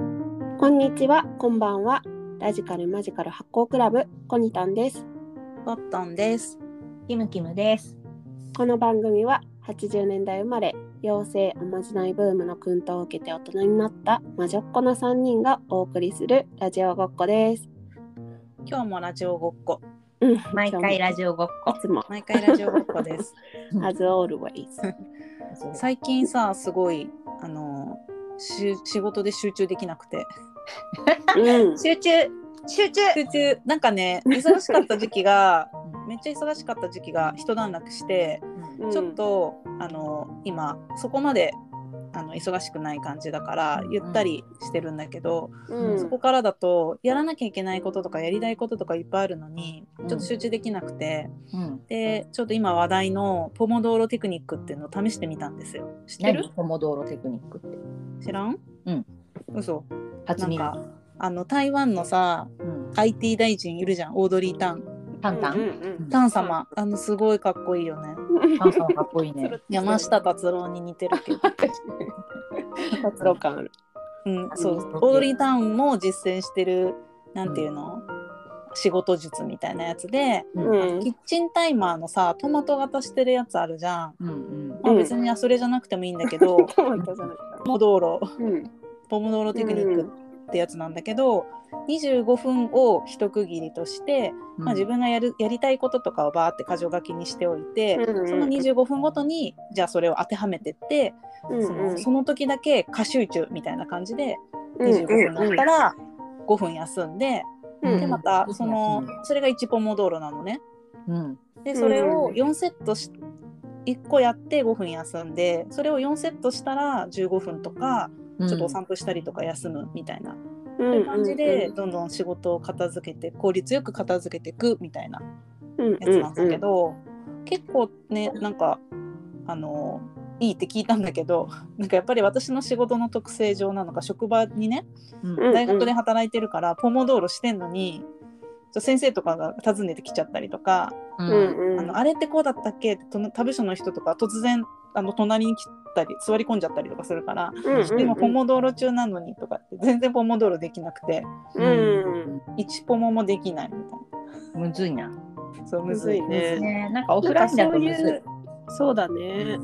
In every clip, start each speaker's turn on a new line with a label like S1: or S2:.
S1: こんにちは、こんばんは。ラジカルマジカル発行クラブコニタンです。
S2: コットンです。
S3: キムキムです。
S1: この番組は80年代生まれ、妖精おまじないブームの薫陶を受けて大人になった魔女っ子の3人がお送りするラジオごっこです。
S2: 今日もラジオごっこ。
S1: うん
S3: 毎回ラジオごっこ
S1: い。つも
S2: 毎回ラジオごっ こです。
S1: as always。
S2: 最近さ、すごい、あの、し仕事で集中できなくて。
S1: うん、
S3: 集中集中
S2: 集中、なんかね、忙しかった時期が、めっちゃ忙しかった時期が一段落して、
S1: うん
S2: ちょっと、あの、今、そこまで、あの忙しくない感じだから
S3: うん
S2: ゆったりしてるんだけど、
S1: うん
S2: そこからだとやらなきゃいけないこととかやりたいこととかいっぱいあるのにちょっと集中できなくて、
S3: うん。
S2: でちょっと今話題のポモドーロテクニックっていうのを試してみたんですよ知ってる
S3: 何ポモドーロテクニックって。
S2: 知らん
S3: うん
S2: 嘘
S3: 初耳。
S2: なんかあの台湾のさ
S3: うん。
S2: IT 大臣いるじゃんオードリー・タン
S3: タンタ
S1: うん
S3: ン。
S1: うん
S2: タン様あのすごいかっこいいよね
S1: うん
S3: タンさんかっこいいね。
S2: 山下達郎に似てるけど、
S1: 活動感ある。
S2: うん、そう
S3: うん
S2: オードリー・タンも実践してるなんていうの、仕事術みたいなやつで、
S3: うん
S2: キッチンタイマーのさトマト型してるやつあるじゃん、
S3: うん
S2: まあ、
S1: うん
S2: 別にそれじゃなくてもいいんだけ ど、ポ
S1: トマトじゃない
S2: モドーロ
S1: うん
S2: ポモドーロテクニックってやつなんだけど、25分を一区切りとして、
S3: うん。
S2: まあ、自分がやるやりたいこととかをバーって箇条書きにしておいて、その25分ごとにじゃあそれを当てはめてって、そのその時だけ過集中みたいな感じで25分だったら5分休んで,、
S3: うん
S2: でまたそのそれが1ポモドーロなのね。
S3: うん。
S2: でそれ
S1: う
S2: を
S1: ん
S2: 4セットし1個やって5分休んでそれを4セットしたら15分とか
S3: うん
S2: ちょっとお散歩したりとか休むみたいな
S1: そう
S2: そういう感じでどんどん仕事を片付けて効率よく片付けていくみたいなやつなんだけ。ど、結構ねなんかあのいいって聞いたんだけど なんかやっぱり私の仕事の特性上なのか職場にね
S3: うん
S2: 大学で働いてるからポモ道路してんのに。ちょ先生とかが訪ねてきちゃったりとか、
S3: うん
S1: う
S3: うん
S1: んうん
S2: あのあれってこうだったっけってと他部署の人とか突然あの隣に来たり座り込んじゃったりとかするから、でもポモ道路中なのにとかって全然ポモ道路できなくて、
S1: うん
S2: 1ポモもできないみたい
S3: むずいな。
S2: な。そう、
S1: む
S2: む
S1: ず
S2: ず
S1: い
S2: い
S1: ね
S2: ね。
S3: ねなんかオフラインだとむずい。
S1: そうだ
S3: う
S1: ね。
S3: ん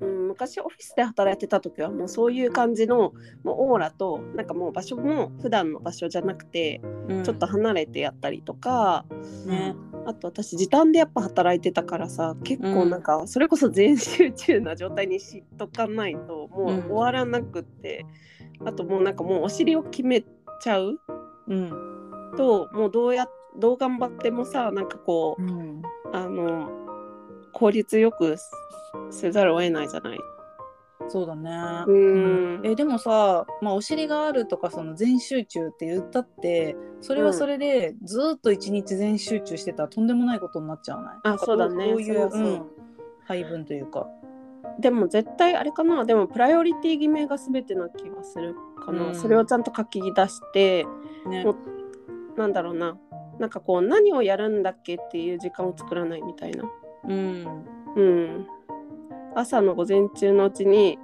S1: うん、昔オフィスで働いてた時はもうそういう感じのもうオーラとなんかもう場所も普段の場所じゃなくて
S2: うん
S1: ちょっと離れてやったりとか、
S2: ね。
S1: あと私時短でやっぱ働いてたからさ結構なんかそれこそ全集中な状態にしとかないともう終わらなくって、あともうなんかもうお尻を決めちゃう
S2: うん。
S1: ともうどうやどう頑張ってもさなんかこう
S3: うん
S1: あの効率よくすせざるを得ないじゃない。
S2: そうだね。
S1: うん
S2: え、でもさ、まあ、お尻があるとか、その全集中って言ったって。それはそれで、ずーっと一日全集中してたら、とんでもないことになっちゃわない。
S1: あそうだね
S2: こうい
S1: それ
S2: う、
S1: は
S2: う、
S1: そうん
S2: 配分というか。
S1: でも絶対あれかなでもプライオリティ決めが全てな気がするかな、
S2: うん
S1: それをちゃんと書き出して
S2: ね
S1: も。うなんだろうななんかこう何をやるんだっけっていう時間を作らないみたいな
S2: うん。
S1: うん朝の午前中のうちに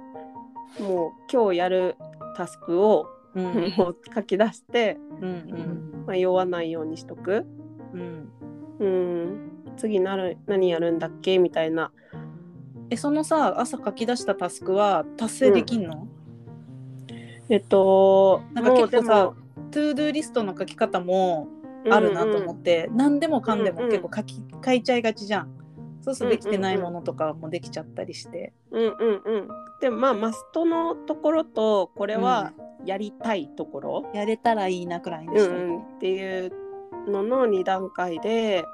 S1: もう今日やるタスクを
S2: うん。うん。
S1: もう書き出して、
S2: うん。
S1: 迷わないようにしとく
S2: うん。
S1: うん次なる何やるんだっけみたいな
S2: え、そのさ、朝書き出したタスクは達成できんの。
S1: えっと
S2: なんか結構
S1: も
S2: さ
S1: うでも、
S2: トゥードゥーリストの書き方も。
S1: うん
S2: あるなと思って、何でもかんでも
S1: うんうん
S2: 結構書き、書いちゃいがちじゃんそうするとできてないものとかもできちゃったりして、
S1: うんうんうん。でもまあマストのところとこれはやりたいところ、
S2: やれたらいいなくらいに
S1: う
S2: したい、
S1: んうん、っていうのの2段階で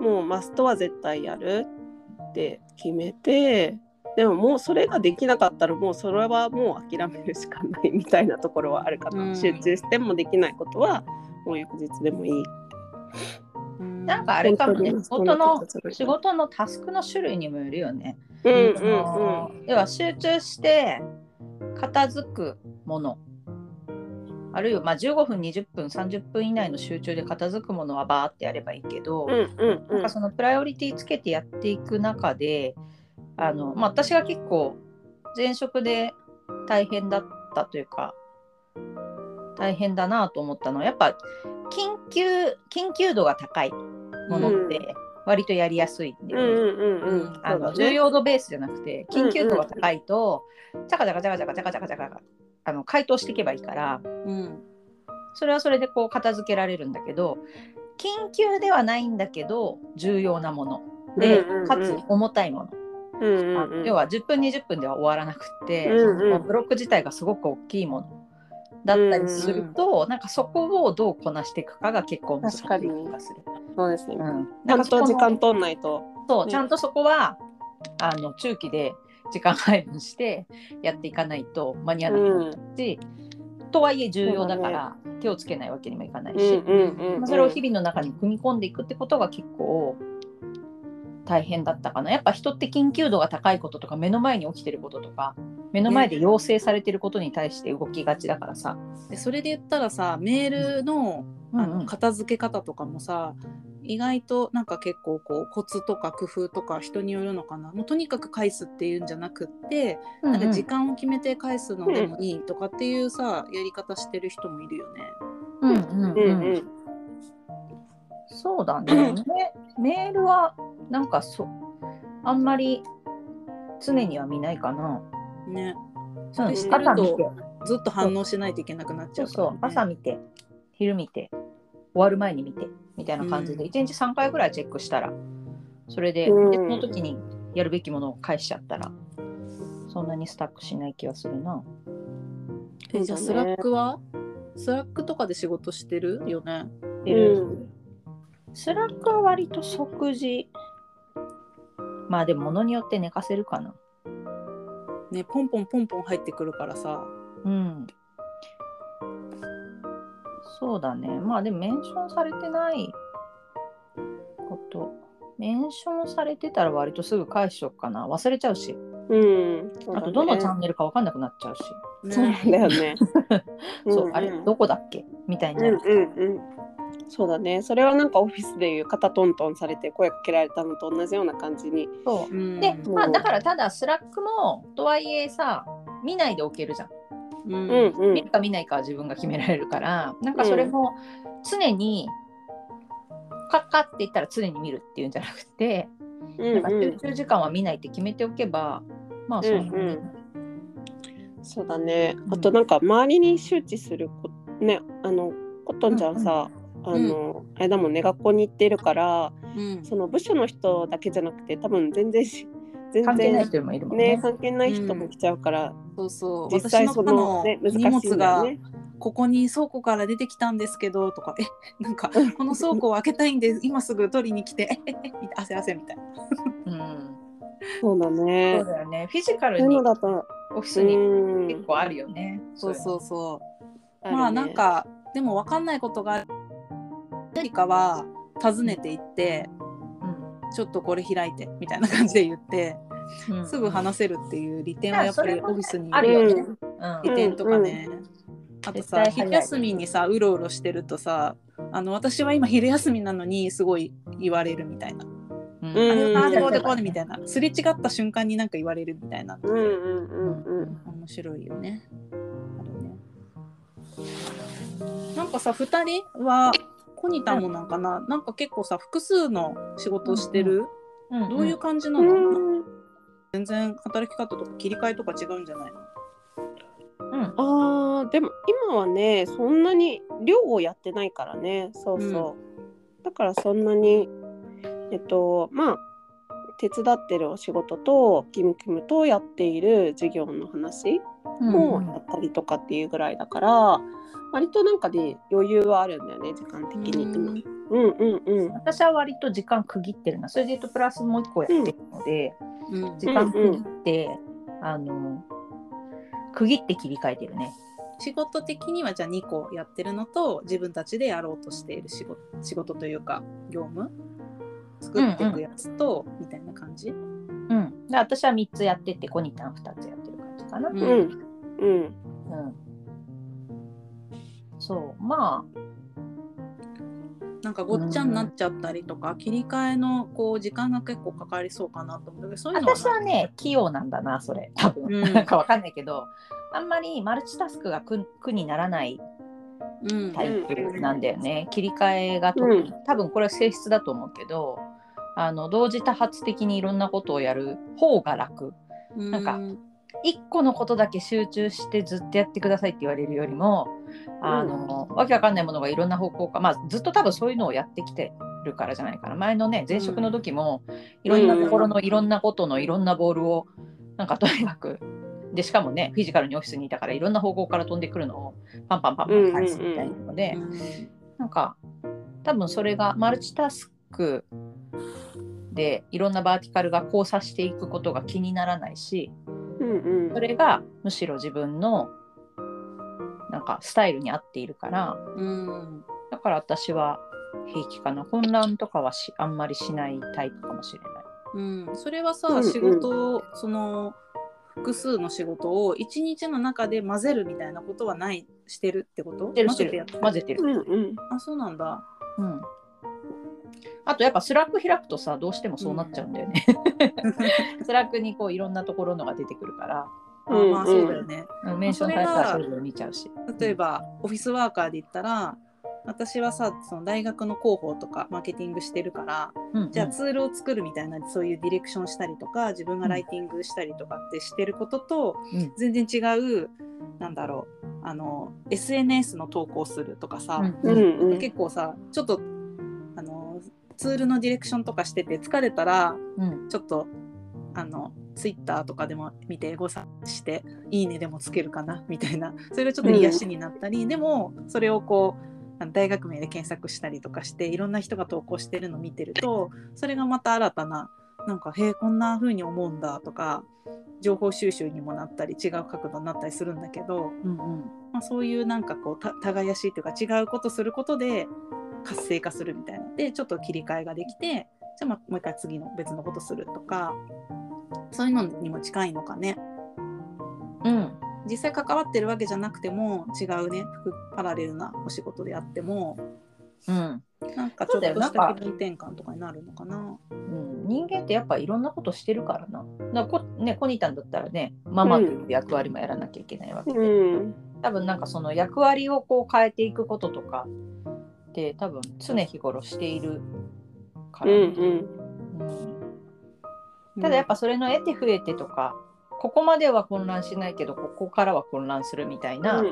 S1: もうマストは絶対やるって決めてでももうそれができなかったらもうそれはもう諦めるしかない みたいなところはあるかな、
S2: うん
S1: 集中してもできないことはもう翌日でもいい。
S2: うん
S3: なんかあれかもね、
S1: 本
S3: 仕
S1: 当に
S3: 事の仕事のタスクの種類にもよるよね。
S1: うんうんう
S3: そ
S1: ん
S3: の要は集中して片付くものあるいはまあ15分20分30分以内の集中で片付くものはバーってやればいいけ
S1: う
S3: ど、
S1: んうんう
S3: なん
S1: ん
S3: かそのプライオリティつけてやっていく中であの、まあ、私が結構前職で大変だったというか大変だなと思ったのはやっぱ緊急緊急度が高いものって割とやりやすいっていうう。
S1: んうんうんうん。
S3: あ
S1: そ
S3: の
S1: うだね
S3: 重要度ベースじゃなくて緊急度が高いと、チャカチャカチャカチャカチャカチャカチャカあの解凍していけばいいから
S2: うん
S3: それはそれでこう片付けられるんだけど緊急ではないんだけど重要なもので、
S1: うんうんうん
S3: かつ重たいもの、
S1: うんうんうん。
S3: 要は10分20分では終わらなくって、
S1: うんうん
S3: そのブロック自体がすごく大きいものだったりすると、なんかそこをどうこなしていくかが結構難しい気がする。
S1: そうですね。
S3: うん
S1: ちゃんと時
S3: なんかそこの
S1: 間取んないと。
S3: そう、
S1: ね
S3: ちゃんとそこはあの中期で時間配分してやっていかないと間に合わないし、とはいえ重要だから手をつけないわけにもいかないし、まあ、それを日々の中に組み込んでいくってことが結構大変だったかなやっぱ人って緊急度が高いこととか目の前に起きてることとか目の前で要請されてることに対して動きがちだからさ、
S2: でそれで言ったらさメールのあ
S3: うんう
S2: の
S3: ん
S2: 片付け方とかもさ、意外となんか結構こうコツとか工夫とか人によるのかなもうとにかく返すっていうんじゃなくって、なんか時間を決めて返すのでもいいとかっていうさやり方してる人もいるよね。
S3: うんう
S1: う
S3: ん
S1: んう
S3: うん
S1: ん
S3: そうだ ね。メメールはなんかそあんまり常には見ないかな。
S2: ね
S3: うん
S2: れしてると
S3: 朝見て、
S2: ずっと反応しないといけなくなっち
S3: そ
S2: ゃう
S3: う
S2: から、
S3: そう
S2: ね、、
S3: 朝見て、昼見て、終わる前に見てみたいな感じで、
S2: う
S3: 一日3回ぐらいチェックしたら、それで、
S1: うん
S3: でその時にやるべきものを返しちゃったら、そんなにスタックしない気がするな。
S2: えじゃあス
S1: そう
S2: ラ
S1: だね
S2: ックはスラックとかで仕事してるよね。
S1: うん
S3: スラックは割と即時。まあでも物によって寝かせるかな。
S2: ねポンポンポンポン入ってくるからさ。
S3: うん。そうだね。まあでもメンションされてないこと。メンションされてたら割とすぐ返しよっかな。忘れちゃうし。
S1: うん。
S3: あとどのチャ
S1: ん
S3: ンネルか分かんなくなっちゃうし。
S2: ね
S1: そうなんだよ ね。
S3: そう、あれ
S1: うん
S3: どこだっけみたいに
S1: う
S3: なる。
S1: んうんうん。そうだね。それはなんかオフィスでいう肩トントンされて声かけられたのと同じような感じに。
S3: そうう。
S2: ん
S3: で、まあ
S1: うん
S3: だからただスラックもとはいえさ、見ないでおけるじゃん。
S2: う
S1: うんんう
S3: 見
S1: ん
S3: る。か見ないかは自分が決められるから、なんかそれも常に、かかっていったら常に見るっていうんじゃなくて、
S1: う
S3: なん
S1: ん
S3: か
S1: うん
S3: 集。中時間は見ないって決めておけば、まあそんな
S1: うんう
S3: に
S1: んそうだね
S3: う。ん
S1: あとなんか周りに周知するこねあのコットンちゃんさ、
S2: んうん
S1: あの、あれだもんね学校に行ってるから
S2: うん
S1: その部署の人だけじゃなくて多分全然し全
S3: 関係ない
S1: 然
S3: 人もいるもん
S1: ね
S3: ね。
S1: 関係ない人も来ちゃうから、
S2: そうそう
S1: 実
S2: 私
S1: 際
S2: の
S1: そ
S2: こ
S1: の
S2: の
S1: ね難しい
S2: 荷物
S1: んだよ
S2: が
S1: ね。
S2: ここに倉庫から出てきたんですけどとかえなん かこの倉庫を開けたいんで今すぐ取りに来てええええ汗汗みたいな
S3: うん、
S1: そうだ
S3: そ
S1: ね
S3: う。だよね。フィジカ
S1: そ
S3: ル
S1: ういう
S3: に
S1: の
S3: オ
S1: だと
S3: フィ
S1: う
S3: スに結
S1: ん
S3: 構あるよね。
S2: そう
S3: うい
S2: そうそう
S1: あるね
S2: まあなんかでも分かんないことがあるよりかは訪ねていって
S3: うの。
S2: ちょっとこれ開いてみたいな感じで言って
S3: うん
S2: すぐ話せるっていう利点はやっぱ
S3: い
S2: り
S3: やそれ
S2: オ
S3: はね
S2: フィスに
S3: あるよね。
S1: うん
S3: うん
S2: 利点とかね、あと
S3: 絶
S2: さ
S3: 対早い
S2: 昼休みにさうろうろしてるとさあの私は今昼休みなのにすごい言われるみたいな、
S3: うん
S1: うん
S2: あれあーでこうで
S3: うん
S2: こうでみたいなすれ違った瞬間になんか言われるみたいな
S1: うんうんうんうん。
S2: 面白いよねあるねなんかさ2人はコニタもなんかな、なんか結構さ複数の仕事をしてる、
S3: うん
S2: どういう感じな
S1: う
S2: の、
S1: ん
S2: 全然働き方とか切り替えとか違うんじゃないの
S3: うん
S1: あーでも今はねそんなに漁をやってないからねそうそう、だからそんなにえっとまあ手伝ってるお仕事とキムキムとやっている授業の話もやったりとかっていうぐらいだから、割となんかね余裕はあるんだよね時間的に今、うん、うんうん
S3: 私は割と時間区切ってるな。それで言うとプラスもう一個やってるので、
S2: うん
S3: 時間区切って、あの区切って切り替えてるね。
S2: 仕事的にはじゃあ2個やってるのと自分たちでやろうとしている仕事仕事というか業務作っていくやつと、みたいな感じ、
S3: うん。で私は三つやっててコニタン二つやってる感じかな。
S2: うん
S1: うんうん
S3: うんそうま
S2: なんかごっちゃになっちゃったりとか、切り替えのこう時間が結構かかりそうかなと思うけどそ
S3: あ
S2: ういうのは
S3: 私はね器用なんだなそれ多分、
S2: うん
S3: なんかわかんないけどあんまりマルチタスクが苦苦にならない
S2: うん
S3: タイプなんだよね、切り替えが特
S1: う
S3: に多分これは性質だと思うけどあの同時多発的にいろんなことをやる方が楽なんか一個のことだけ集中してずっとやってくださいって言われるよりもあの、わけわかんないものがいろんな方向か、まあ、ずっと多分そういうのをやってきてるからじゃないかな前のね前職の時も、いろんなところのいろんなことのいろんなボールをなんかとにかくでしかもねフィジカルにオフィスにいたからいろんな方向から飛んでくるのをパンパンパンパン返すみたいなので、なんか多分それがマルチタスクでいろんなバーティカルが交差していくことが気にならないし、
S1: うんうん
S3: それがむしろ自分のなんかスタイルに合っているから
S2: うん
S3: だから私は平気かな混乱とかはしあんまりしないタイプかもしれない。
S2: うん、それはさ、
S1: うんうん
S2: 仕事をその複数の仕事を一日の中で混ぜるみたいなことはないしてるってこと
S3: 混ぜて
S2: や
S3: る
S2: ってる
S3: 混ぜてる、
S1: うんうん
S2: あそうなん だ
S3: うん、あとやっぱスラック開くとさどうしてもそうなっちゃうんだよね。 スラックにこういろんなところのが出てくるから
S2: あまあそうだよね、
S3: うんメンションタイプはそれぞれ見ちゃうし。
S2: 例えばオフィスワーカーで言ったら私はさその大学の広報とかマーケティングしてるから
S3: うん
S2: じゃあツールを作るみたいな、そういうディレクションしたりとか自分がライティングしたりとかってしてることと、
S3: うん
S2: 全然違うなんだろうあの SNS の投稿するとかさ、
S1: うんうん
S2: 結構さちょっとあのツールのディレクションとかしてて疲れたら
S3: うん
S2: ちょっとあのツイッターとかでも見てエゴサして「いいね」でもつけるかなみたいな それがちょっと癒しになったり、でもそれをこうあの大学名で検索したりとかしていろんな人が投稿してるの見てるとそれがまた新たななんか「へえこんな風に思うんだ」とか情報収集にもなったり違う角度になったりするんだけど。
S3: うんうん
S2: まあ、そういうなんかこうた耕しというか違うことすることで活性化するみたいなでちょっと切り替えができてじゃあまもう一回次の別のことするとかそういうのにも近いのかね
S3: うん
S2: 実際関わってるわけじゃなくても違うね副パラレルなお仕事であっても
S3: うん
S2: なんかちょっと
S3: そうだよな
S2: し
S3: んか
S2: た気分転換とかになるのかな。
S3: うん、人間ってやっぱいろんなことしてるからな。だからこね、コニタンだったらね、ママという役割もやらなきゃいけないわけで、
S1: うん
S3: 多分なんかその役割をこう変えていくこととかって多分常日頃しているか
S1: う
S3: ら、
S1: んうん
S3: うんただやっぱそれの得て増えてとか、ここまでは混乱しないけど、ここからは混乱するみたいな、
S1: う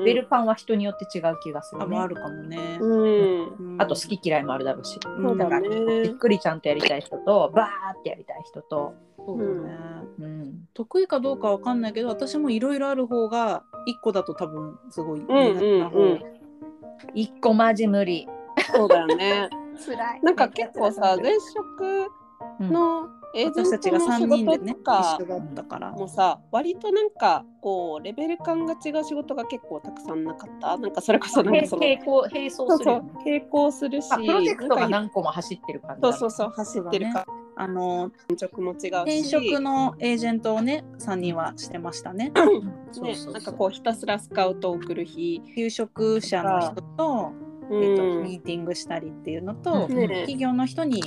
S1: ん
S3: ベルパンは人によって違う気がす
S2: あ
S3: る、ね
S2: もあるかもね。
S1: うん
S2: うん
S3: あと好き嫌いもあるだろうし。
S2: うん
S1: そうだね
S3: ゆっくりちゃんとやりたい人と、バーってやりたい人と。
S2: そうだね
S3: うん
S2: 得意かどうかわかんないけど私もいろいろある方が1個だと多分すごい苦手な方、
S1: うんうんうん
S3: 一個マジ無理。
S1: そうだよ ね
S3: 辛い
S1: なんか結構さ前職のエージェ
S2: 私た
S1: ント
S2: ちが
S1: の仕
S2: 3人で
S1: 事
S2: ね
S1: とか
S2: 一緒だったから
S1: もさ割となんかこうレベル感が違う仕事が結構たくさんなかったなんかそれこそなんかその
S3: 並行並走
S1: そう
S3: する
S1: そ
S3: よ
S1: う
S3: ね
S1: 並行するし
S3: あプロジェクト
S1: な
S3: が
S1: んか
S3: 何個も走ってる感じ
S1: そ
S3: だ
S1: うそうそう走ってるから
S2: あの
S1: 進捗も違う
S2: 転
S1: し
S2: 職のエージェントをね3人はしてましたね。
S3: そう
S1: ね
S3: そうそう
S1: なんかこうひたすらスカウトを送る日
S2: 求職者の人と,、
S1: う
S2: えっと
S1: ん
S2: ミーティングしたりっていうのと、
S3: うん
S1: ね
S2: 企業の人に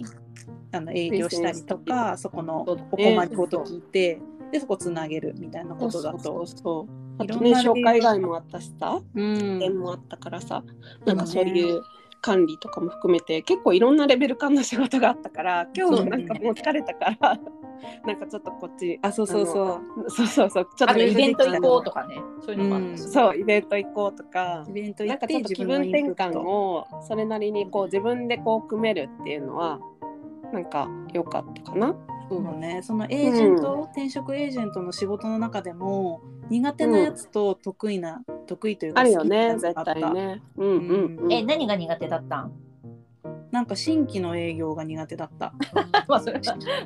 S2: あの営業したりとかそこのお困りごと聞いてでそこつなげるみたいなことだ
S1: そ
S2: と
S1: う。そうあと
S2: い
S1: ね
S2: ろんな
S1: 紹介外もあったしさ
S2: うん
S1: 縁もあったからさなんかそういう管理とかも含めて結構いろんなレベル感の仕事があったから今日もなんかもう疲れたから なんかちょっとこっち
S2: あそうそうそう
S1: そうそうそうちょっと
S3: あとイベント行こ
S1: と
S3: うとかねそういうのもあったし
S2: うん
S1: そうイベント行こうとか
S2: イベント行
S1: なん
S2: っ
S1: か
S2: て
S1: ちょっと気分
S2: 自
S1: 転
S2: 分のインプッ
S1: 換
S2: ト
S1: をそれなりにこう自分でこう組めるっていうのはなんか良かったかな。
S2: そうだね、そのエージェント、転職エージェントの仕事の中でも苦手なやつと得意な、得意というか
S1: あるよ
S2: な
S1: ね
S2: やつ
S1: 絶
S2: があった
S1: 対ね。うんうん、うん、
S3: え何が苦手だったん
S2: なんか新規の営業が苦手だった
S3: まあそれは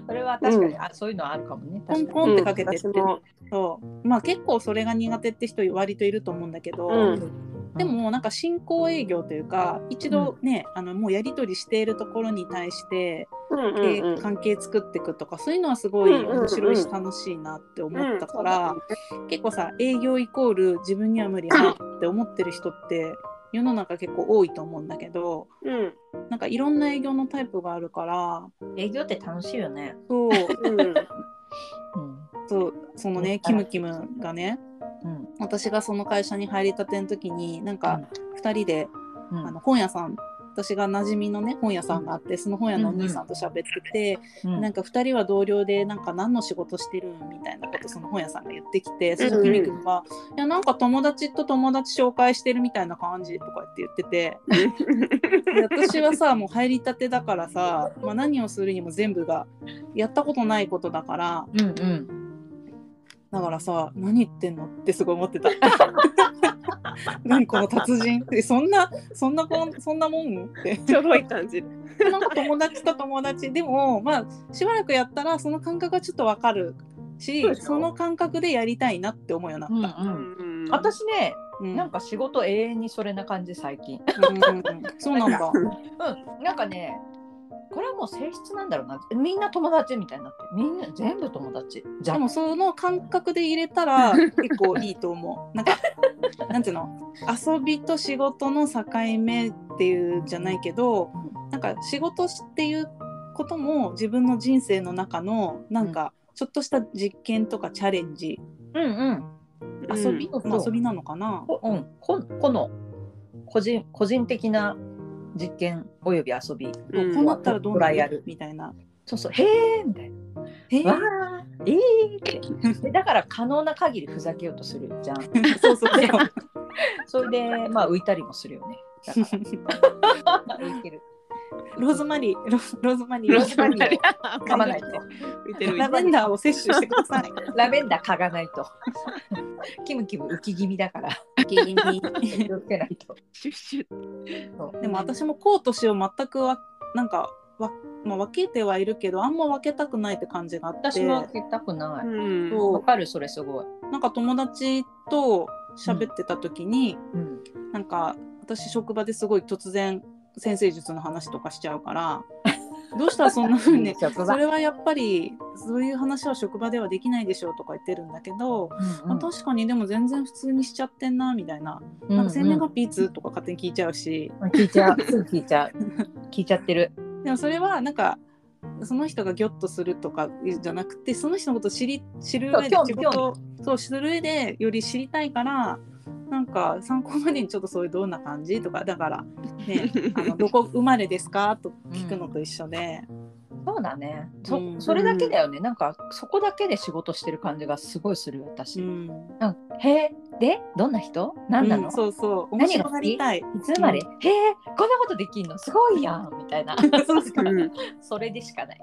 S3: それは確かに、
S1: う
S3: あそういうのはあるかもね
S2: ポン
S3: 確か
S2: ポ
S3: に
S2: ンってかけてって、
S1: うん私も
S2: そうまあ結構それが苦手って人割といると思うんだけど、
S1: うん
S2: でもなんか進行営業というか一度ね、あのもうやり取りしているところに対して、
S1: うんうんうん
S2: 関係作っていくとかそういうのはすごい
S1: うんうんうん
S2: 面白いし楽しいなって思ったから。結構さ営業イコール自分には無理だって思ってる人って世の中結構多いと思うんだけど
S1: うん
S2: なんかいろんな営業のタイプがあるから
S3: 営業って楽しいよね、
S2: そ
S1: う
S2: う
S1: ん
S3: うん
S2: そうそのねキムキムがね
S3: うん
S2: 私がその会社に入りたての時になんか2人で、
S3: うん
S2: あの本屋さん私が馴染みのね本屋さんがあってその本屋のお兄さんと喋ってて、
S3: うん
S2: なんか2人は同僚でなんか何の仕事してるんみたいなことその本屋さんが言ってきてその時に君が「いやなんか友達と友達紹介してるみたいな感じ」とかって言っててで私は さもう入りたてだからさ、まあ、何をするにも全部がやったことないことだから
S3: うんうん
S2: だからさ何言ってんのってすごい思って た。何この達人ってそんなそんなこんそんなもんって
S1: ちょろい感じ。
S2: なんか友達と友達でもまあしばらくやったらその感覚がちょっとわかるし
S1: そうでしょ
S2: その感覚でやりたいなって思うよう
S3: う
S2: に
S3: ん
S2: な
S3: う
S2: った。
S3: ん
S1: あ
S3: 私ね
S2: うん
S3: なんか仕事永遠にそれな感じ最近
S2: うんうんうんそうなんだ。
S3: うんなんかねこれはもう性質なんだろうなみんな友達みたいになってみんな全部友達じゃ
S2: で
S3: ん
S2: もその感覚で入れたら結構いいと思う。なんかなんていうの遊びと仕事の境目っていうんじゃないけどなんか仕事っていうことも自分の人生の中のなんかちょっとした実験とかチャレンジ、
S3: うんうん
S2: 遊び、
S3: うん
S2: まあ遊びなのかな。
S3: こ,、うん、ここの個人個人的な実験および遊び
S1: うん
S2: こうなったらどうな
S3: トライアル
S2: るみたいな。
S3: そうそうへえみたいな
S2: え
S3: わあええ ってでだから可能な限りふざけようとするじゃん
S2: そうそうそう。
S3: それ でまあ浮いたりもするよ ねだから浮いてる
S2: ローズマリー、ローローズマリー、
S1: ロ
S3: ロ
S1: ー
S3: ー
S1: ズ
S3: ズ
S1: マ
S3: マ
S1: リ
S3: リ
S1: ー
S3: ー
S1: を
S3: を噛まないと
S1: 浮いてる浮
S2: ラ
S1: いて
S2: ベ
S1: る
S2: ンダーを摂取してください。
S3: ラベンダー嗅がないとキムキム浮き気味だから気をつけないと
S1: シュッシュッ
S2: でも私もコート氏を全くわなんかわ、まあ、分けてはいるけどあんま分けたくないって感じがあって
S3: 私も聞きたくな
S1: う
S3: い。
S1: ん
S2: そ
S3: わかるそれすごい。
S2: なんか友達と喋ってた時に、
S3: うん。
S2: なんか私職場ですごい突然先生術の話とかしちゃうからどうしたらそんな風 にそれはやっぱりそういう話は職場ではできないでしょうとか言ってるんだけど、まあ確かにでも全然普通にしちゃってんなみたいな,、なんか生年月日いつとか勝手に聞いちゃうし。
S3: 聞いちゃう。すぐ聞いちゃう。聞いちゃってる。
S2: でもそれはなんかその人がギョッとするとかじゃなくてその人のことを知り知る上で
S3: そう
S2: 仕
S3: 興味
S2: 事をそう知る上でより知りたいからなんか参考までにちょっとそういうどんな感じとかだから、 ね、あのどこ生まれですかと聞くのと一緒で、
S3: そうだね。
S2: う
S3: そ
S2: ん
S3: それだけだよね。なんかそこだけで仕事してる感じがすごいする私。
S2: う
S3: うん
S2: ん
S3: へえでどんな人？なんな
S2: う
S3: の
S2: ん？そうそう面
S3: 何が
S2: 白
S3: 好
S2: が
S3: き
S2: りた い
S3: いつ生まれ？へえこんなことできんのすごいやんみたいな。
S2: そうそう
S1: うん
S3: それでしかない。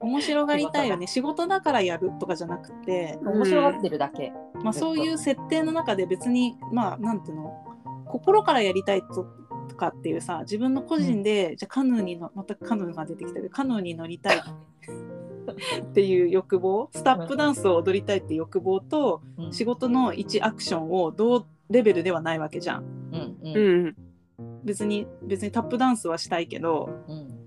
S2: 面白がりたいよね仕事だからやるとかじゃなくて、
S3: 面白がってるだけ。
S2: まあ、そういう設定の中で別にまあなんていうの心からやりたいとかっていうさ自分の個人で、じゃあカヌーにのまたカヌーが出てきたけどカヌーに乗りたい っていう欲望スタップダンスを踊りたいっていう欲望と、
S3: うん
S2: 仕事の一アクションを同レベルではないわけじゃん
S3: うんう
S1: うんん
S2: 別に別にタップダンスはしたいけど
S3: うん。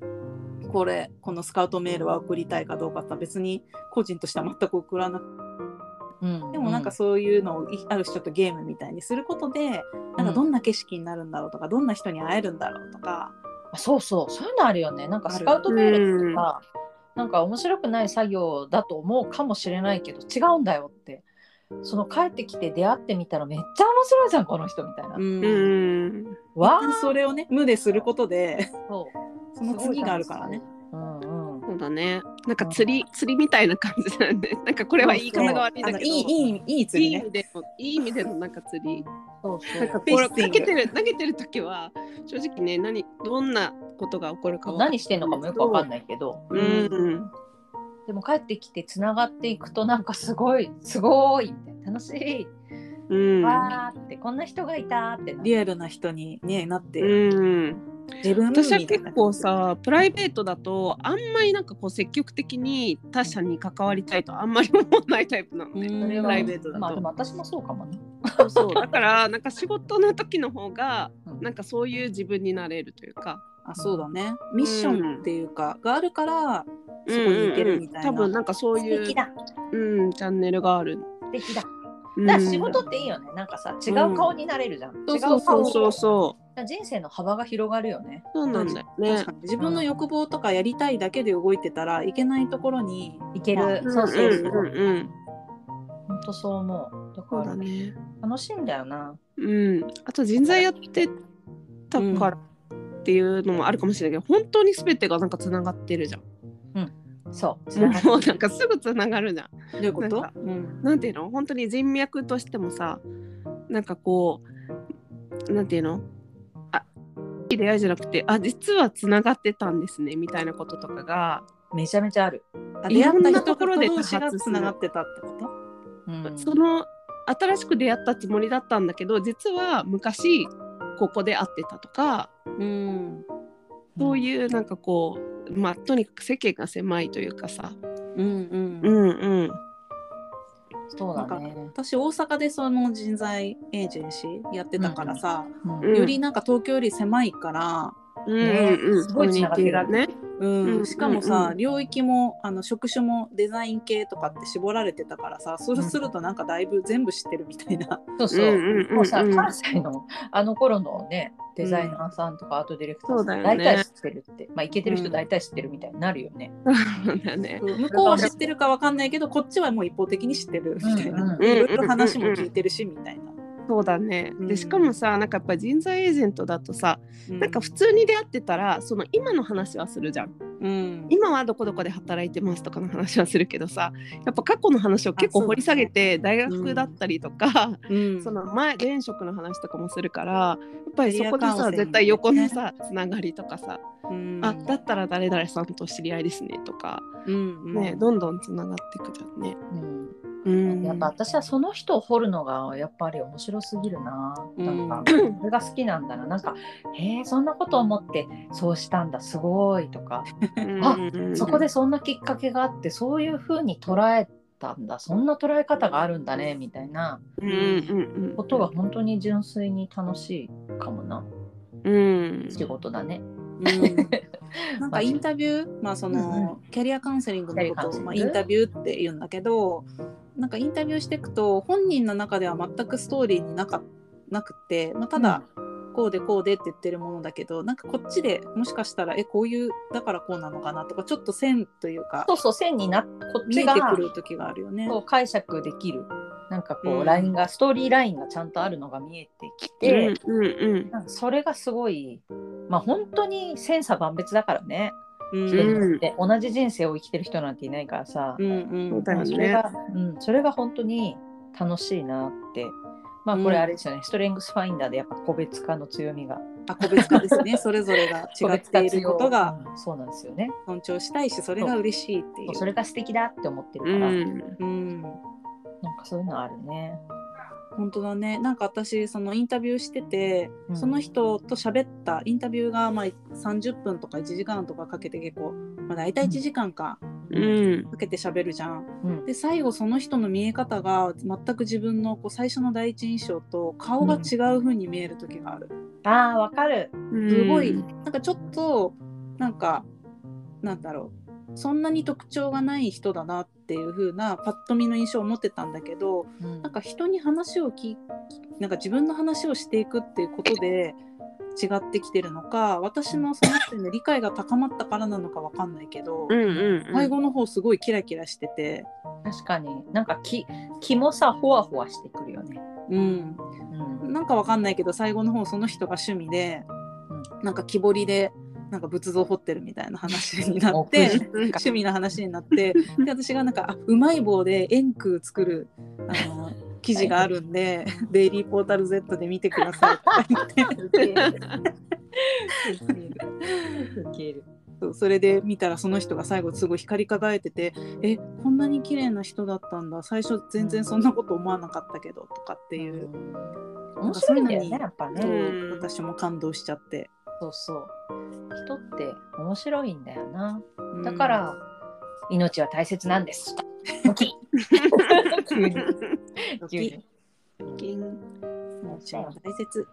S2: これこのスカウトメールは送りたいかどうかって別に個人としては全く送らなく
S3: うん
S2: でもなんかそういうのをいある種ちょっとゲームみたいにすることでなんかどんな景色になるんだろうとかどんな人に会えるんだろうとか
S3: あそうそうそういうのあるよねなんか
S2: ある
S3: スカウトメールってさ、なんか面白くない作業だと思うかもしれないけど違うんだよってその帰ってきて出会ってみたらめっちゃ面白いじゃんこの人みたいな、
S2: うん、
S1: うん
S3: わ
S2: 一旦それをね無ですることで
S3: あ
S2: そ
S3: そ
S2: の次があるからね。
S3: うんうん
S1: そうだねなんか釣り釣りみたいな感じだよね なんかこれは言い方が悪いん
S2: あ
S1: だ
S2: の
S1: け
S2: い
S1: ど
S2: いいいいい釣
S1: い
S2: り
S1: い意
S2: ね
S1: 味でのいい意味でのなんか釣り
S3: そうそう
S1: なんか
S2: フェ
S1: こ
S2: ス
S1: う
S2: ティ
S1: 投
S2: ング
S1: げてる投げてる時は正直ね何どんなことが起こるかわかんない
S3: 何してんのかもよくわかんないけど
S1: うん
S3: でも帰ってきてつながっていくとなんかすごいすごいみたいな楽しい、
S1: うん
S3: わーってこんな人がいたーってな
S2: リアルな人に、ね、なって、
S1: うん、
S2: 自分
S1: 私は
S2: みたい
S1: 結
S2: な
S1: 構さプライベートだとあんまりなんかこう積極的に他者に関わりたいとあんまり思わないタイプなの
S2: う
S1: ね。
S2: ん
S3: それ
S1: プ
S3: は
S1: ライベートだと
S3: まあでも私もそうかもね
S1: そうそうだからなんか仕事の時の方がなんかそういう自分になれるというか
S2: あそうだねミッションっていうか、があるから
S1: う
S2: そこに行けるみたいな、
S1: んうんうん多分なんかそう
S3: 素
S1: い
S3: 敵
S1: う、
S3: だ
S1: うん、チャンネルがある。
S3: 素敵だ
S1: うん
S3: だから仕事っていいよね、なんかさ違う顔になれるじゃん、
S2: そう
S3: 違
S2: そう
S3: 顔
S2: うそう
S1: そうそう
S3: だから人生の幅が広がるよね
S1: そうなんだよね
S2: 確か。に自分の欲望とかやりたいだけで動いてたらいけないところに
S3: いける、
S2: まあ
S3: そうそうそ
S1: う
S3: う、
S1: んうんうん
S3: ほんとそう思うだか
S1: そう
S3: ら
S1: だね。
S3: 楽しいんだよな。
S1: うん。あと人材やってたからっていうのもあるかもしれないけど、本当に全てがなんかつながってるじゃん。
S3: そう。つながって
S1: もうなんかすぐつながるじゃん。
S2: どういうこ
S1: なん
S2: と
S1: か
S2: うん
S1: なんていうの本当に人脈としてもさなんかこうなんていうのあいい出会いじゃなくてあ実はつながってたんですねみたいなこととかが、
S3: めちゃめちゃある。
S2: あ
S1: い
S2: 出
S1: ろ
S2: 会
S1: んな
S2: った
S1: と
S2: 人
S1: こ
S2: こ
S1: ろ
S2: ろ
S1: で多
S2: で同
S1: 発
S2: 士
S1: する
S2: がつながってたってこと
S3: うん、
S1: その新しく出会ったつもりだったんだけど実は昔ここで会ってたとか
S2: うん
S1: そういうなんかこうまあとにかく世間が狭いというかさ
S2: うんうん
S1: うんうん
S3: そうだね。
S2: 私大阪でその人材エージェンシーやってたからさ、
S3: うん
S1: うん
S2: よりなんか東京より狭いから、
S1: うん
S3: ね
S1: うんうん
S3: すごいつながってる
S1: コミュニティがね
S2: うん
S1: うん
S2: しかもさ、
S1: うん
S2: 領域もあの職種もデザイン系とかって絞られてたからさそうするとなんかだいぶ全部知ってるみたいな、
S3: そうそう。
S1: うんうんうんうん
S3: もうさ、関西のあの頃のね、デザイナーさんとかアートディレクター
S1: そ
S3: さ、
S1: うんだよね
S3: 大体知ってるって、まあ、いけてる
S2: う
S3: 人
S2: ん
S3: 大体知ってるみたいになるよね。
S1: そう だね
S2: 向こうは知ってるかわかんないけどこっちはもう一方的に知ってるみたいな、
S3: う
S1: うん
S3: ん
S2: いろいろ話も聞いてるしみたいな、
S1: そうだね
S2: う
S1: で
S2: ん
S1: しかもさなんかやっぱ人材エージェントだとさ
S2: う
S1: なんか普通に出会ってたらその今の話はするじゃん
S2: うん
S1: 今はどこどこで働いてますとかの話はするけどさやっぱ過去の話を結構掘り下げて大学だったりとか、
S2: うん
S1: その前前職の話とかもするからやっぱりそこで
S2: キャリアカウンセリ
S1: さ
S2: ング
S1: 絶対横のさつながりとかさ、
S2: うん
S1: あだったら誰々さんと知り合いですねとか、
S2: うんうん
S1: ねどんどんつながっていくじゃんね。
S3: うん
S1: うん
S3: やっぱ私はその人を掘るのがやっぱり面白すぎるな。
S2: うん
S3: なんか、それが好きなんだな。なんか、へえ、そんなこと思ってそうしたんだ、すごいとか、あ
S1: うん
S3: そこでそんなきっかけがあって、そういう風に捉えたんだ、そんな捉え方があるんだね、みたいな
S1: うんうんうん
S3: ことが本当に純粋に楽しいかもな。
S1: うん
S3: 仕事だね。
S2: うんなんかインタビュー、まあそのキャリアカウンセリングの
S3: キャリアカ
S2: こ
S3: ウンセ
S2: とを、ま
S3: リング
S2: あ、インタビューって言うんだけどなんかインタビューしていくと本人の中では全くストーリーになかなくて、まあ、ただこうでこうでって言ってるものだけど、なんかこっちでもしかしたらえこういうだからこうなのかなとかちょっと線というか
S3: そうそう、線になっこっ
S2: 見
S3: ち
S2: え
S3: が
S2: てくる時があるよね。
S3: こう解釈できる。なんかこ
S2: う
S3: う、
S2: ん
S3: ラインが、ストーリーラインがちゃんとあるのが見えてきて、
S1: うんうん
S3: なんかそれがすごい、まあ、本当に千差万別だからね、
S2: うん
S3: 人によって同じ人生を生きてる人なんていないからさ、
S2: うん
S1: そううんだよ
S3: それ
S1: ね。
S3: が、うん、それが本当に楽しいなってまあこれあれですよね、ストレングスファインダーでやっぱ個別化の強みが
S2: あ個別化です ねそれぞれが違っていることが、
S3: 個別化強いうんそうなんですよね
S2: 尊重したいしそれが嬉しいってい
S3: そう
S2: う。
S3: それが素敵だって思ってる
S1: う
S3: から、
S1: ん
S2: うん
S3: なんかそういうのあるね。
S2: 本当だねなんか私そのインタビューしてて、
S3: うん
S2: その人と喋ったインタビューがまあ30分とか1時間とかかけて結構、まあ、大体1時間か
S1: うん
S2: かけて喋るじゃん。
S3: うん
S2: で最後その人の見え方が全く自分のこう最初の第一印象と顔が違う風に見える時がある。
S3: ああわかる。
S2: すごいなんかちょっとなんかなんだろうそんなに特徴がない人だなっていう風なパッと見の印象を持ってたんだけど、
S3: うん
S2: なんか人に話を聞きなんか自分の話をしていくっていうことで違ってきてるのか私のその人への理解が高まったからなのかわかんないけど、
S1: うんうんうん
S2: 最後の方すごいキラキラしてて、
S3: 確かになんか気気もさほわほわしてくるよね。
S2: うん、
S3: うん
S2: なんかわかんないけど最後の方その人が趣味で、
S3: う
S2: なんか木彫りでなんか仏像掘ってるみたいな話にな って。趣味の話になって で私がなんかあうまい棒で円空作るあの記事があるんで「デイリーポータル Z で見てください」とか言ってそうそれで見たらその人が最後すごい光り輝いてて「えこんなに綺麗な人だったんだ最初全然そんなこと思わなかったけど」とかっていう、
S3: 面白いんだよねやっぱ
S2: そう
S3: ね。
S1: うん
S2: 私も感動しちゃって。
S3: そうそう。人って面白いんだよな。だから、命は大切なんです。大きい急に
S2: うん、
S3: 急に
S2: もちろん大切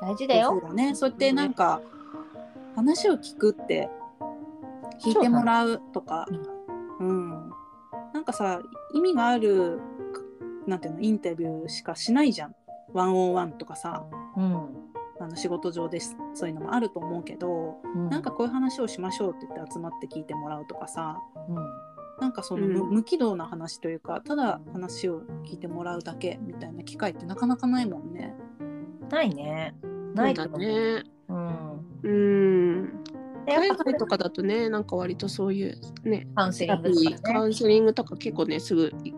S3: 大事だ
S2: だよ
S3: よ。
S2: ね。そうやってなんか話を聞くって聞いてもらうとか、うん、なんかさ意味があるなんていうのインタビューしかしないじゃん。ワンオンワンとかさ。
S3: うん。
S2: あの仕事上ですそういうのもあると思うけど、なんかこういう話をしましょうって言って集まって聞いてもらうとかさ
S3: うん、
S2: なんかその無,、無軌道な話というかただ話を聞いてもらうだけみたいな機会ってなかなかないもんね。
S3: ないね。ない
S1: そうだ
S3: ね。
S1: ね。
S3: うん。
S1: うん。
S3: でや
S1: 海
S3: っぱ
S1: 外とかだとね、なんか割とそういうね、
S3: カウンセリ
S1: や
S3: ン
S1: っ
S3: グ
S1: ぱ
S3: と
S1: り
S3: か
S1: カウンセリングとか結構ね、すぐい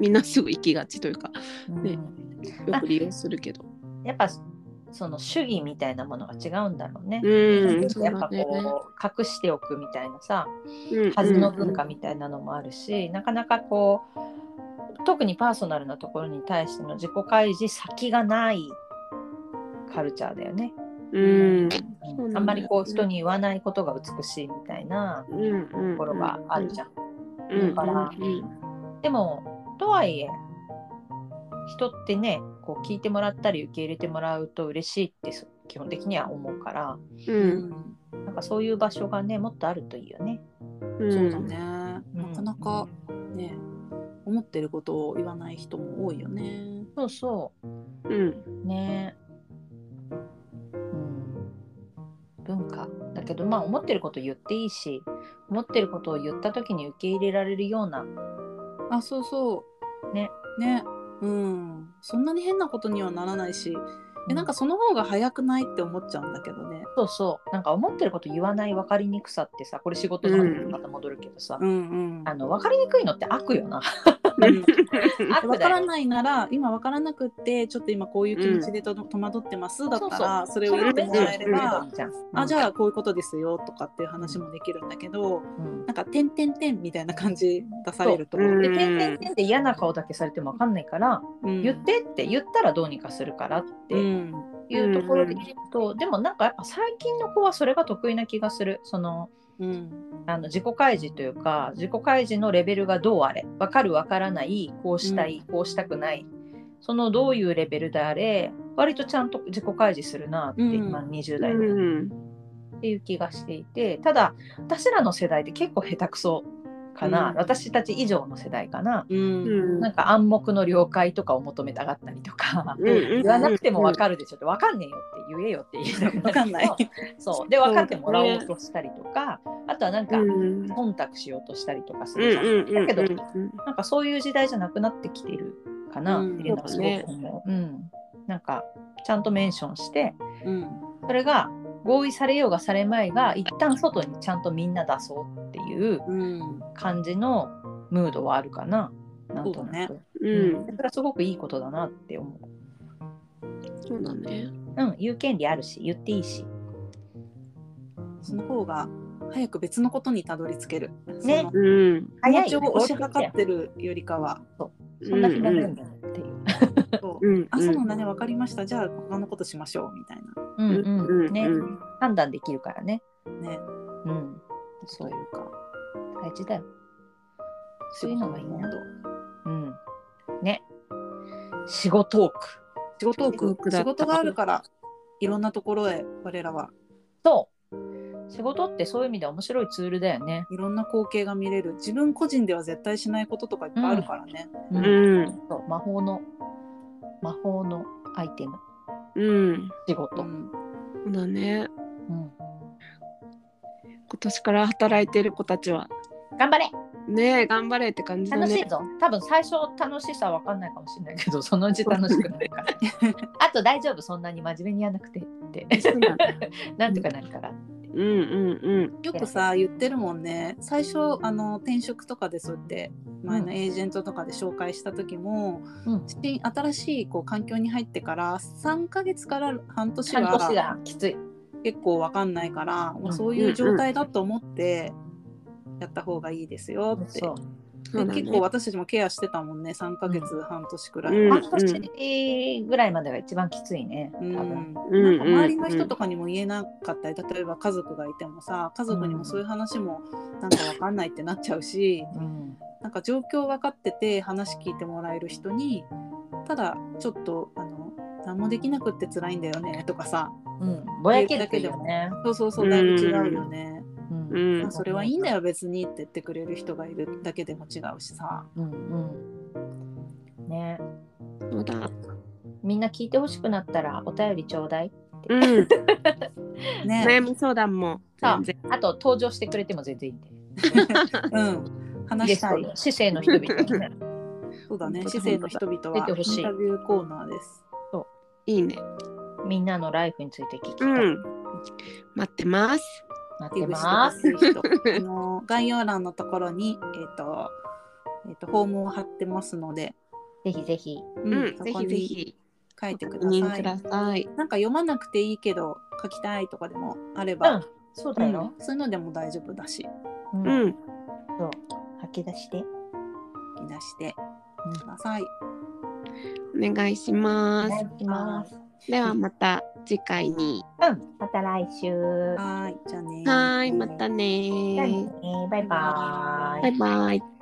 S1: みんなすぐ行きがちというか、
S3: ね。
S1: ね
S3: うん
S1: よく利用するけど。
S3: やっぱその主義みたいなものが違うんだろうね。
S1: うん、そう
S3: やっぱ
S1: だね。
S3: こう隠しておくみたいなさ
S1: うん
S3: はずの文化みたいなのもあるし、なかなかこう特にパーソナルなところに対しての自己開示先がないカルチャーだよね。
S1: うん。
S3: うん
S1: そうなんだよね
S3: あんまりこう人に言わないことが美しいみたいな
S1: うんうん
S3: ところがあるじゃん。
S1: うん
S3: だから
S1: うん
S3: でもとはいえ人ってねこう聞いてもらったり受け入れてもらうと嬉しいってそ基本的には思うから
S1: うん
S3: なんかそういう場所がねもっとあるといいよね。
S1: うん
S2: そうだね。
S3: うん
S2: なかなかね、思ってることを言わない人も多いよね。
S3: そうそう
S1: うん
S3: ねうん、文化だけどまあ思ってること言っていいし思ってることを言った時に受け入れられるような
S2: あ、そうそう。
S3: ね。
S2: ね。うん。そんなに変なことにはならないし、えなんかその方が早くないって思っちゃうんだけどね。
S3: そうそうなんか思ってること言わない分かりにくさってさこれ仕事の話にまた戻るけどさ、
S2: うんうん。
S3: あの分かりにくいのって悪よな
S2: うん
S3: 悪
S2: わ
S3: だ
S2: から
S3: よ
S2: ないなら今わからなくってちょっと今こういう気持ちでとど、戸惑ってますだったらそれを言ってもらえれば、
S3: それを言ってもらえばいいじゃん
S2: あじゃあこういうことですよとかっていう話もできるんだけど
S3: うん
S2: なんか「てんてんてん」みたいな感じ出されると、
S1: そううん
S3: で「点々点」って嫌な顔だけされても分かんないから「言って」って言ったらどうにかするからっ
S2: う
S3: て
S2: ん
S3: いうところで言うと、でもなんかやっぱ最近の子はそれが得意な気がするその
S2: うん
S3: あの自己開示というか自己開示のレベルがどうあれ分かる分からないこうしたい、こうしたくないそのどういうレベルであれ割とちゃんと自己開示するなって、
S2: うん
S3: 今20代
S1: う
S3: の
S1: ん
S3: っていう気がしていてただ私らの世代って結構下手くそかな、
S2: うん
S3: 私たち以上の世代かな。
S2: うん
S1: うん
S3: なんか暗黙の了解とかを求めたがったりとか、
S1: うんうん
S3: 言わなくても分かるでしょって分かんねえよって言えよって言いたく
S2: わかんない。
S3: そうで分かってもらおうとしたりとか、あとはなんか
S1: うん
S3: 忖度しようとしたりとかす
S1: うん
S3: るじゃん、
S1: うんうん
S3: だけどなんかそういう時代じゃなくなってきてるかなっていうのはすごく思う、うんなんかちゃんとメンションして
S2: うん
S3: それが合意されようがされまいが一旦外にちゃんとみんな出そうっていう
S2: うん
S3: 感じのムードはあるかななんとなく
S2: そ
S1: うん
S3: それはすごくいいことだなって思う
S1: そうだね
S3: うん言う権利あるし言っていいし
S2: その方が早く別のことにたどり着ける。
S3: ね
S2: その
S1: うん
S2: 気
S3: 早
S2: 持
S3: い
S2: ち
S3: よ
S2: を押しかかってるよりかは。
S3: そんな気がするんだよっていう。
S2: そう
S1: うん
S2: あ、そうなんだね、わかりました。じゃあ、他のことしましょうみたいな。
S3: うん
S1: うん
S3: うんね
S1: うん
S3: 判断できるからね。
S2: ね、
S3: うん、
S2: そういうか、
S3: 大事だよ。そういうのがいいな。
S2: と。
S3: うん、ね。仕事トーク。
S2: 仕事
S1: 仕
S2: を
S1: 事を
S2: く
S1: くだ
S2: 仕事があるから、いろんなところへ、我らは、
S3: そう。仕事ってそういう意味では面白いツールだよね。
S2: いろんな光景が見れる。自分個人では絶対しないこととかいっぱいあるからね。
S3: う
S1: うん
S3: そう魔法の魔法のアイテム
S1: うん
S3: 仕事。
S2: ん。
S1: そうだね
S3: うん、
S1: 今年から働いてる子たちは
S3: 頑張れ
S1: ねえ頑張れって感じだ
S3: 楽しい
S1: ね
S3: ぞ、多分最初楽しさわかんないかもしれないけど そのうち楽しくなるからあと大丈夫そんなに真面目にやらなくてって
S1: そうだね
S3: なんとかなるから
S1: うんうん
S2: よくさ、言ってるもんね。最初、あの、転職とかでそうやって、前
S3: う
S2: の
S3: ん
S2: エージェントとかで紹介した時も、
S3: うん
S2: 新新しいこう環境に入ってから、3ヶ月から半年
S3: 半年
S2: は
S3: がきつい
S2: 結構わかんないから、もうそういう状態だと思って、やった方がいいですよって。
S3: そう
S1: そう
S2: で
S1: だね
S2: 結構私たちもケアしてたもんね3ヶ月、半年くらい、
S1: うん
S2: あ
S3: 半年ぐらいまでが一番きついね、多
S2: うん
S3: 分。
S2: なんか周りの人とかにも言えなかったり例えば家族がいてもさ家族にもそういう話もなんかわかんないってなっちゃうし
S3: うん
S2: なんか状況分かってて話聞いてもらえる人にただちょっとあの何もできなくって辛いんだよねとかさ
S3: うん、ぼやけるといいよね。
S2: そうそうそうだいぶ違うよね、
S3: う
S1: うん
S3: ん
S2: まあそれはいいんだよ別にって言ってくれる人がいるだけでも違うしさ
S3: うんうんね、
S1: そうだ
S3: みんな聞いてほしくなったらお便りちょうだい。
S1: うん
S2: ね
S1: 悩み相談も
S3: そ
S1: 全
S3: う
S1: 然
S3: あと登場してくれても全然いいんで。
S2: うん話したい。
S3: 市政の人々にね
S2: そうだね。
S1: 本当だ
S2: 市政の人々は
S3: 出て
S2: イ
S3: ほしい
S2: ンタビューコーナーです。
S1: いいね。
S3: みんなのライフについて聞きたい、
S1: うん。待ってます。
S3: 待っ
S2: 出
S3: て
S2: 口
S3: ま
S2: が
S3: す。
S2: 欲しい人あの概要欄のところにえっ、とえっ、とフォームを貼ってますので、
S3: ぜひぜひ。
S2: う
S1: うん。
S2: そ
S1: ぜ
S2: こ
S1: ひ
S2: に
S1: ぜひ。
S2: 書いてく
S1: 確
S2: だ
S1: 認
S2: さ
S1: く
S2: い。
S1: ださい。
S2: なんか読まなくていいけど書きたいとかでもあれ
S3: う
S2: ば
S3: ん、、そうだよ。
S2: そういうのでも大丈夫だし、
S3: う。
S1: うんん。
S3: そう吐き出して。
S2: 書き出してください。
S1: お願いしま
S3: お
S1: す。
S3: 願いします。
S1: ではまた次回に。
S3: うん、また来週。
S2: はーい、じゃあねー。
S1: はーい、またね
S3: じゃあ
S1: ー
S3: ね。バイバーイ
S1: バイ。バイ。